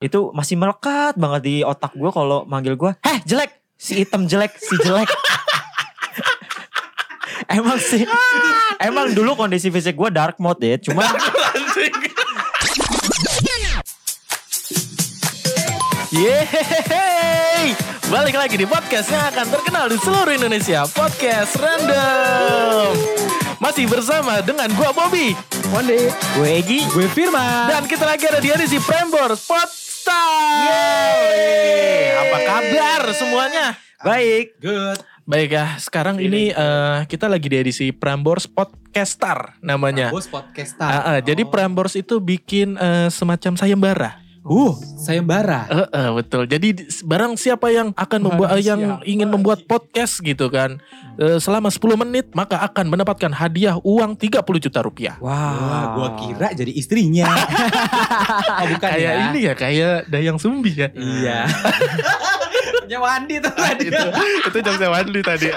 Itu masih melekat banget di otak gue kalau manggil gue, "Heh, jelek." Si hitam jelek, si jelek. emang sih. Emang dulu kondisi fisik gue dark mode ya, cuma Yeay! Balik lagi di podcast yang akan terkenal di seluruh Indonesia Podcast Random Masih bersama dengan gua Bobby Wande, gue Egi. gue Firman. Dan kita lagi ada di edisi Prambors Podcast Yeay! Apa kabar semuanya? Baik. Good. Baik ya, sekarang ini eh, kita lagi di edisi Prambors Podcaster namanya Bos podcastar. Ah, ah, Jadi Prambors itu bikin eh, semacam sayembara Uh, sayembara. Eh, eh, betul. Jadi di- barang siapa yang akan membuat Barang yang siapa ingin membuat podcast gitu kan eh, selama 10 menit maka akan mendapatkan hadiah uang 30 juta rupiah. Wah, gua kira jadi istrinya. oh, bukan Kayak ya. ini ya kayak Dayang Sumbi ya. Iya. Punya Wandi tuh tadi. Ah, itu itu jam saya Wadli tadi.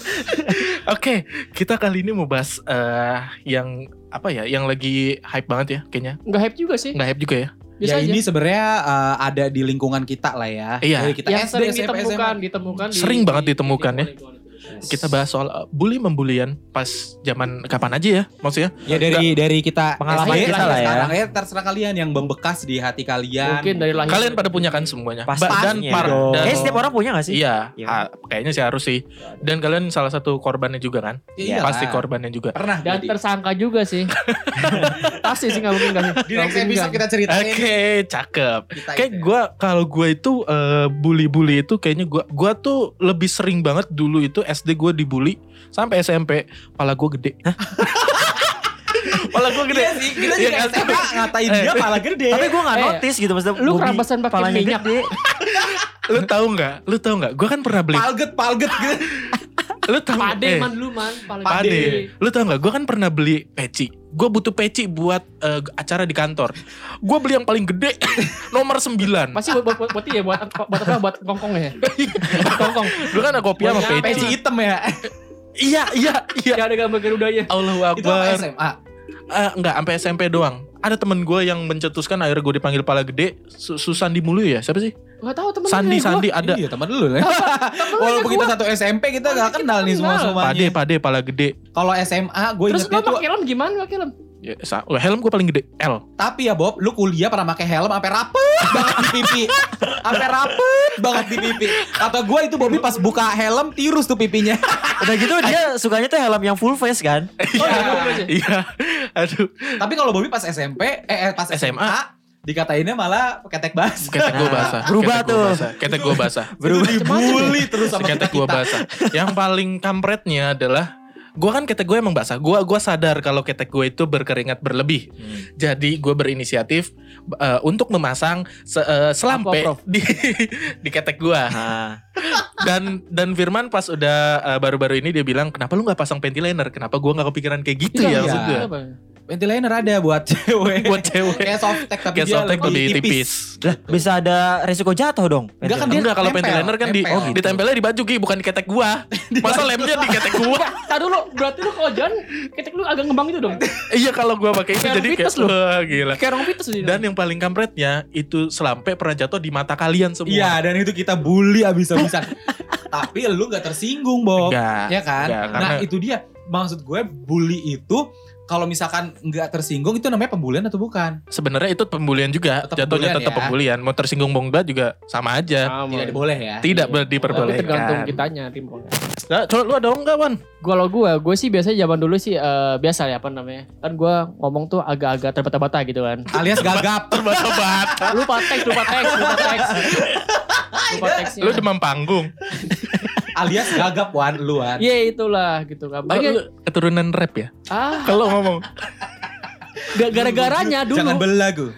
Oke, kita kali ini mau bahas eh, yang apa ya? Yang lagi hype banget ya kayaknya. Nggak hype juga sih. Nggak hype juga ya. Ya Biasa aja. ini sebenarnya eh, ada di lingkungan kita lah ya. Iya. Dari kita yang SD, sering SMP, ditemukan, SMA. ditemukan di- Sering banget di- ditemukan di- ya. lingkungan itu. Kita bahas soal eh, bully membulian pas zaman kapan aja ya maksudnya. Ya dari dari kita Pengalaman SD, kita lah ya. Sekarang ya terserah kalian yang membekas di hati kalian. Mungkin dari lahir. Kalian pada punya kan semuanya. Pasti dan par- dong. dan- Eh, setiap orang punya gak sih? Iya, Iya. ha- kayaknya sih harus sih. Dan kalian salah satu korbannya juga kan? Iya. Pasti korbannya juga. Pernah. Dan jadi. tersangka juga sih. Pasti sih nggak mungkin nggak sih. di Nggak next mungkin episode nggak. kita ceritain. Oke, cakep. Kita Kayak itu ya. gue kalau gue itu eh, bully-bully itu kayaknya gue gua tuh lebih sering banget dulu itu SD gue dibully sampai SMP, pala gue gede. pala gue gede. Iya sih, kita Iya juga kan? SMA ngatain Eh. dia pala gede. Tapi gue gak Eh, notice gitu maksudnya. Lu Bobby kerabasan pakai palanya minyak. gede. Lu tahu nggak? Lu tahu nggak? Gue kan pernah beli. Palget, palget gitu. Lu tahu? Pade eh, man dulu man. Paling Pade. gede. Lu tau gak, gue kan pernah beli peci. Gue butuh peci buat eh, acara di kantor. Gue beli yang paling gede, nomor 9. Pasti buat buat buat, buat iya buat buat apa buat kongkong ya. kongkong. Iya. Lu kan ada kopi sama Punya peci. Peci hitam ya. Iya, iya, iya. Yang ada gambar gerudanya. Allahu Itu apa Akbar. SMA? Eh, enggak, sampai SMP doang. Ada temen gue yang mencetuskan akhirnya gue dipanggil pala gede. Su- Susandi Mulu ya? Siapa sih? Nggak tahu temen Sandi, Sandi ada. Iya teman lu lah. Walaupun ya, kita satu SMP kita gak kenal nih semua Pade, semuanya. pade, pala gede. Kalau SMA gue Terus ingetnya lu tuh pakai helm gimana pakai helm? Ya, sa- Wah, helm gue paling gede, L. tapi ya Bob, lu kuliah pernah pakai helm sampai rapet banget di pipi. Sampai rapet banget di pipi. Kata gue itu Bobby pas buka helm tirus tuh pipinya. Udah gitu dia sukanya tuh helm yang full face kan. Eh. Oh, iya, gua aja. Iya, aduh. tapi kalau Bobby pas SMP, eh eh, pas SMA, SMA. dikatainnya malah ketek bas. Ketek gue Nah, basah. berubah ketek gua tuh. basah, Ketek gue basah. Itu dibully terus sama Ketek kita gue kita. basah. Yang paling kampretnya adalah Gue kan ketek gue emang basah. Gue gua sadar kalau ketek gue itu berkeringat berlebih. Jadi gue berinisiatif eh, untuk memasang se, eh, selampe Aquaprof. di di ketek gue. Nah, Dan dan Firman pas udah eh, baru-baru ini dia bilang kenapa lu nggak pasang panty liner? Kenapa gue nggak kepikiran kayak gitu Iya, ya iya. maksud gue. Apa? Ventilator ada buat cewek. Buat cewek. Kayak softtek tapi Kayak dia softtek lebih tipis. lah bisa ada resiko jatuh dong. Eh, Enggak kan dia Enggak kalau panty nempel, liner kan di nempel. Oh, gitu. ditempelnya di baju Ki, bukan di ketek gua. Masa lemnya di ketek gua? Tadi dulu berarti lu kalau jalan ketek lu agak ngembang itu dong. Iya kalau gua pakai itu Kayak jadi kayak Vitus lu. wah, gila. Kayak orang pitus Iya. gitu. Dan yang paling kampretnya itu selampe pernah jatuh di mata kalian semua. Iya, dan itu kita bully abis-abisan. Tapi lu gak tersinggung, Bob. Enggak. Ya Iya kan? Enggak, nah, karena- itu dia. Maksud gue bully itu kalau misalkan nggak tersinggung itu namanya pembulian atau bukan? Sebenarnya itu pembulian juga. Tetap Jatuhnya pembulian tetap ya. pembulian. Mau tersinggung mau enggak juga sama aja. Sama. Tidak boleh ya. Iya, Tidak Iya. Tapi diperbolehkan. tergantung kitanya timpongnya. Nah, coba lu ada enggak, Wan? Kalau gue, gue sih biasanya zaman dulu sih eh, biasa ya apa namanya. Kan gue ngomong tuh agak-agak terbata-bata gitu kan. Alias gagap. Terbata-bata. Lupa teks, lupa teks, lupa teks. Lupa teksnya. lu demam panggung. alias gagap wan lu Wan. Iya itulah gitu Oh, kan. Makanya- lu keturunan rap ya? ah, Kalau ngomong. ga- gara-garanya dulu. Jangan belagu.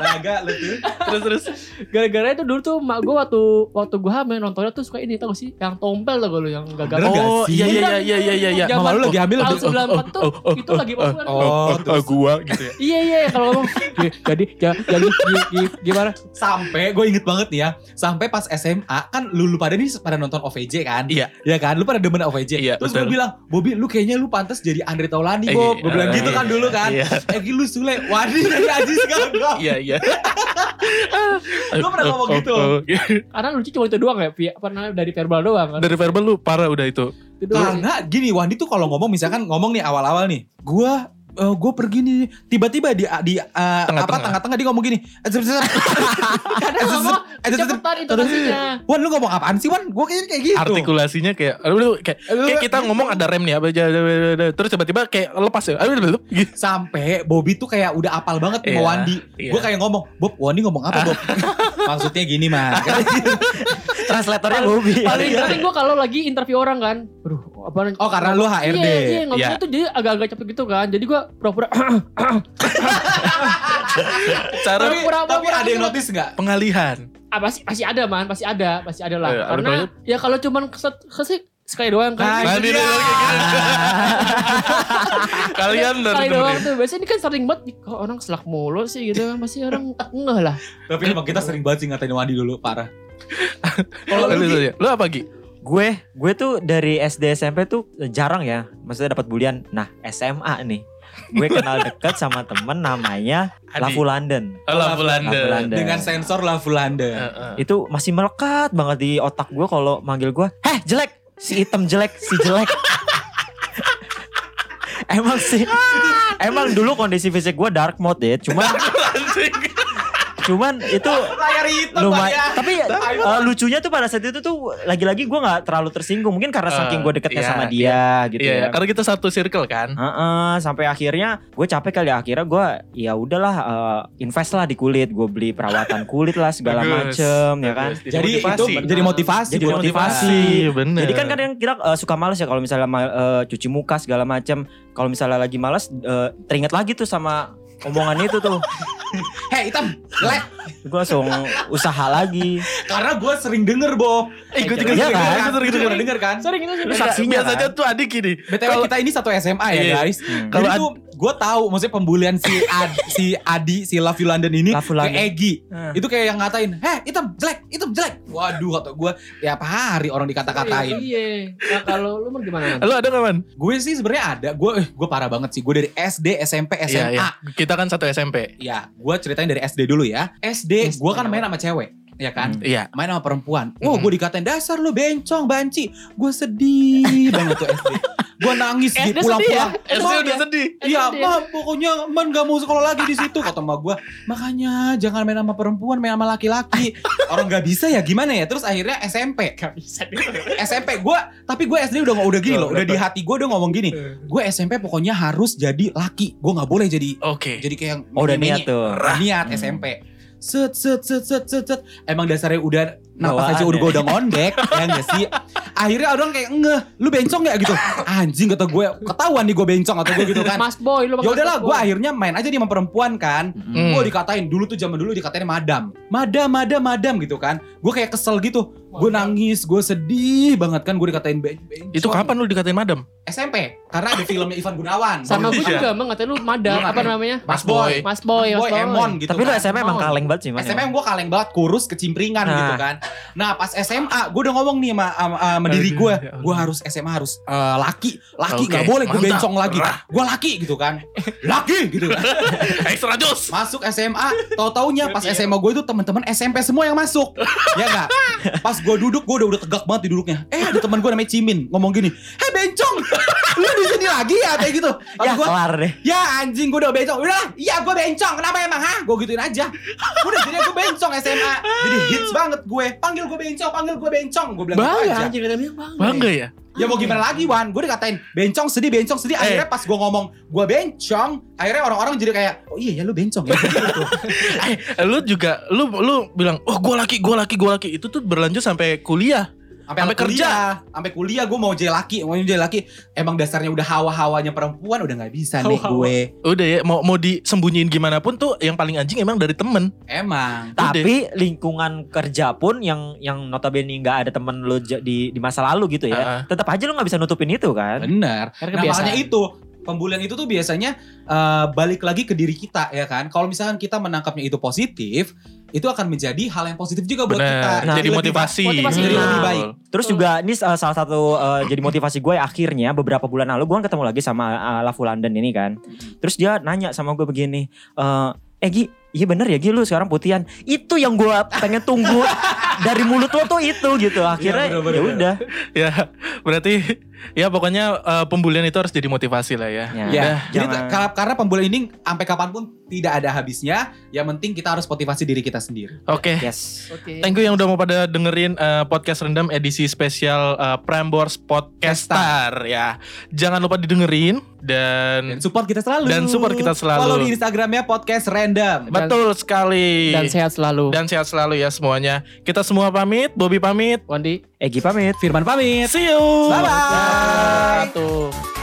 Laga lu tuh. Terus terus. Gara-gara itu dulu tuh mak gue waktu waktu gue hamil nontonnya tuh suka ini tau gak sih? Yang tompel tau gak lu yang gagap. Bener gak Oh, sih? iya iya iya iya iya iya. Mama Jangan lu lagi hamil Tahun lagi. sembilan empat tuh oh, oh, itu lagi populer. Oh, terus. gua gitu ya. Iya iya kalau ngomong "Gi- jadi ja- jadi gi- gi- gimana? sampai gue inget banget nih ya sampai pas SMA kan lu, lu pada nih pada nonton OVJ kan Iya. Iya kan lu pada demen OVJ Iya, terus betul. gue bilang Bobby lu kayaknya lu pantas jadi Andre Taulani Iya, Bob gue bilang iya, gitu kan iya, dulu kan iya. Egi lu Sule Wadi jadi Aji sekarang Iya iya. Lu Oh, pernah ngomong gitu? Karena lucu cuma itu doang ya, Pi- apa namanya dari verbal doang kan. Dari verbal lu parah udah itu. Itu doang. Karena gini Wandi tuh kalau ngomong misalkan ngomong nih awal-awal nih, gua eh, gua pergi nih tiba-tiba di di eh, apa Tengah-tengah. tengah-tengah dia ngomong gini. "Eh, zep, zep, zep." Karena ngomong cepetan itu kan pastinya. Wan lu ngomong apaan sih Wan? Gua kayaknya kayak gitu. Artikulasinya kayak aduh, aduh, kayak, kayak kita ngomong ada rem nih apa aja, aduh, aduh, aduh. terus tiba-tiba kayak lepas ya. Aduh, aduh, aduh, gitu. sampai Bobby tuh kayak udah apal banget Iya, sama Wandi. iya. Gue kayak ngomong, Bob, Wandi ngomong apa Bob? Maksudnya gini mas. Translatornya Bobby. Iya. Paling paling gue kalau lagi interview orang kan, aduh apa namanya? oh karena lu HRD. Iya, iya, ngomongnya Iya. tuh jadi agak-agak cepet gitu kan. Jadi gue pura-pura "Ah, Cara Tapi, Pura-pura- tapi pura-pura ada yang gitu. notice gak? pengalihan. ah, pasti pasti ada man, pasti ada, pasti ada lah. Iya, ada Karena ya kalau cuman keset keset sekali doang kan. Nah, ini doang kayak gini. Kalian dari Sekali temen doang ya. tuh. Biasanya ini kan sering banget kok orang selak mulu sih gitu kan. Masih orang ngeh lah. Tapi emang kita sering banget sih ngatain Wandi dulu, parah. Kalau lu, Gi, lu apa Gi? gue gue tuh dari SD SMP tuh jarang ya. Maksudnya dapat bulian. Nah SMA nih. Gue kenal deket sama temen namanya Adi. Lavu London. Oh, Love Love London. London. Dengan sensor lah Fulanda. Heeh. Itu masih melekat banget di otak gue kalau manggil gue. Heh jelek. Si item jelek. Si jelek. emang sih. emang dulu kondisi fisik gue dark mode ya. Cuman Anjing. cuman itu Layar hitam ya. lumayan tapi Tapi- eh, lucunya tuh pada saat itu tuh lagi-lagi gue nggak terlalu tersinggung mungkin karena Eh, saking gue deketnya iya, sama dia gitu Iya, ya karena kita satu circle kan. Heeh, sampai akhirnya gue capek kali ya. akhirnya gue ya udahlah eh, invest lah di kulit gue beli perawatan kulit lah segala Bagus. macem ya kan Bagus. Iya Jadi itu motivasi. jadi motivasi. Jadi buat kita. motivasi. bener. jadi kan kadang kita eh, suka males ya kalau misalnya ma- eh, cuci muka segala macem kalau misalnya lagi males eh, teringat lagi tuh sama omongan itu tuh Hei hitam, le. gue langsung usaha lagi Karena gue sering denger Bob. Eh, gue juga Iya sering kan? denger, sering denger. Sering denger kan? Sering itu sih. Lu saksinya Biasanya kan? tuh adik gini. BTW Kalau- kita ini satu SMA ya Iya. guys. Hmm. Kalau Kalau itu gue tahu maksudnya pembulian si Ad, si Adi, si Love You London ini Love You ke London. Egi. Hmm. Itu kayak yang ngatain, "Heh, hitam jelek, hitam jelek." Waduh kata gue, tiap hari orang dikata-katain. Iya. Nah, kalau lu mau gimana? Man? Lu ada gak man? Gue sih sebenarnya ada, gue eh, gue parah banget sih. Gue dari SD, SMP, Iya, SMA. iya. Kita kan satu SMP. Ya, gue ceritain dari SD dulu ya. SD, SD. gue kan main sama cewek, ya kan? Hmm. Iya. Main sama perempuan. Wah, Hmm. gue dikatain dasar lu bencong, banci. Gue sedih banget tuh SD. Gue nangis di SD sedih pulang-pulang. SD Mam, udah sedih. Iya, SD. mam, pokoknya man gak mau sekolah lagi di situ kata emak gue. Makanya jangan main sama perempuan, main sama laki-laki. Orang gak bisa ya gimana ya? Terus akhirnya SMP, Gak bisa deh. SMP gue, tapi gue SD udah udah gini loh, Oh, udah di udah. hati gue udah ngomong gini. Eh. Gue SMP pokoknya harus jadi laki. Gue nggak boleh jadi Oke. jadi kayak oh udah menye-menye. niat tuh Udah niat Hmm. SMP set set set set set set emang dasarnya udah Bawaan nafas aja udah ya. gue udah ngondek ya gak sih akhirnya orang kayak ngeh lu bencong gak gitu anjing kata gue ketahuan nih gue bencong atau gue gitu kan Mas Boy lu ya udahlah gue gua akhirnya main aja nih sama perempuan kan Hmm. gue dikatain dulu tuh zaman dulu dikatain madam madam madam madam gitu kan gue kayak kesel gitu gue nangis gue sedih banget kan gue dikatain ben- bencong Itu kapan lu dikatain madam? SMP karena ada filmnya Ivan Gunawan sama gue Iya. juga emang ngatain lu madam apa namanya? Mas Boy. Mas Boy, Mas Boy Boy. Emon gitu tapi lu kan. SMA emang Emang. kaleng banget sih Mas. ya? SMA gue kaleng banget, kurus, kecimpringan Nah. gitu kan. Nah pas SMA, gue udah ngomong nih sama, sama, sama diri gue, ya Allah. gue harus SMA harus eh, laki, laki Oke, nggak boleh gue mantap. bencong lagi, Rah. gue laki gitu kan, laki gitu kan. Extra jus. Masuk SMA, tau taunya pas SMA gue itu teman-teman SMP semua yang masuk, ya nggak? Pas gue duduk, gue udah udah tegak banget di duduknya. Eh ada teman gue namanya Cimin ngomong gini, hei bencong, lu di sini lagi ya kayak gitu. Ya Ya, gua, kelar deh. Ya anjing gue udah bencong Udah lah, iya gue bencong Kenapa emang ha? Gue gituin aja Udah jadi gue bencong SMA Jadi hits banget gue Panggil gue bencong Panggil gue bencong Gue bilang gitu Bangga aja anjing kata dia bangga. Bangga ya? Ya mau gimana lagi Wan Gue dikatain Bencong sedih bencong sedih Akhirnya pas gue ngomong Gue bencong Akhirnya orang-orang jadi kayak Oh iya ya lu bencong ya gitu. Eh, lu juga lu lu bilang, "Oh, gua laki, gua laki, gua laki." Itu tuh berlanjut sampai kuliah. Sampai kuliah, kerja. Sampai kuliah gue mau jadi laki Mau jadi laki Emang dasarnya udah hawa-hawanya perempuan Udah gak bisa nih Hawa-hawa. gue Udah ya, mau mau disembunyiin gimana pun tuh yang paling anjing emang dari temen. Emang Tapi lingkungan kerja pun yang yang notabene nggak ada temen lu j- di di masa lalu gitu ya. Iya. Tetap aja lu nggak bisa nutupin itu kan. Bener Karena Nah, kebiasaan. makanya itu pembulian itu tuh biasanya eh, balik lagi ke diri kita ya kan. Kalau misalkan kita menangkapnya itu positif, itu akan menjadi hal yang positif juga buat kita. Bener. Nah, jadi lebih- motivasi. motivasi Jadi lebih baik. Terus juga ini uh, salah satu uh, jadi motivasi gue akhirnya beberapa bulan lalu gue kan ketemu lagi sama uh, Lavu London ini kan. Terus dia nanya sama gue begini, "Eh, "Eh Gi, iya bener ya Gi lu sekarang putihan itu yang gua pengen tunggu dari mulut lo tuh itu gitu akhirnya Iya, bener-bener. ya udah ya berarti ya pokoknya eh, pembulian itu harus jadi motivasi lah ya. Ya, Udah, jadi jangan. ta- karena- karena pembulian ini sampai kapanpun tidak ada habisnya. Yang penting kita harus motivasi diri kita sendiri. Oke. yes Oke. Thank you yang udah mau pada dengerin eh, podcast rendam edisi spesial eh, Prambors Podcaster ya. Jangan lupa didengerin dan Dan support kita selalu. Hmm. Dan support kita selalu. Follow di Instagramnya podcast random. Dan- betul sekali. Dan sehat selalu. Dan sehat selalu ya semuanya. Kita semua pamit, Bobby pamit. Wandi. Egi Eh, pamit Firman pamit. See you. Bye-bye. Satu.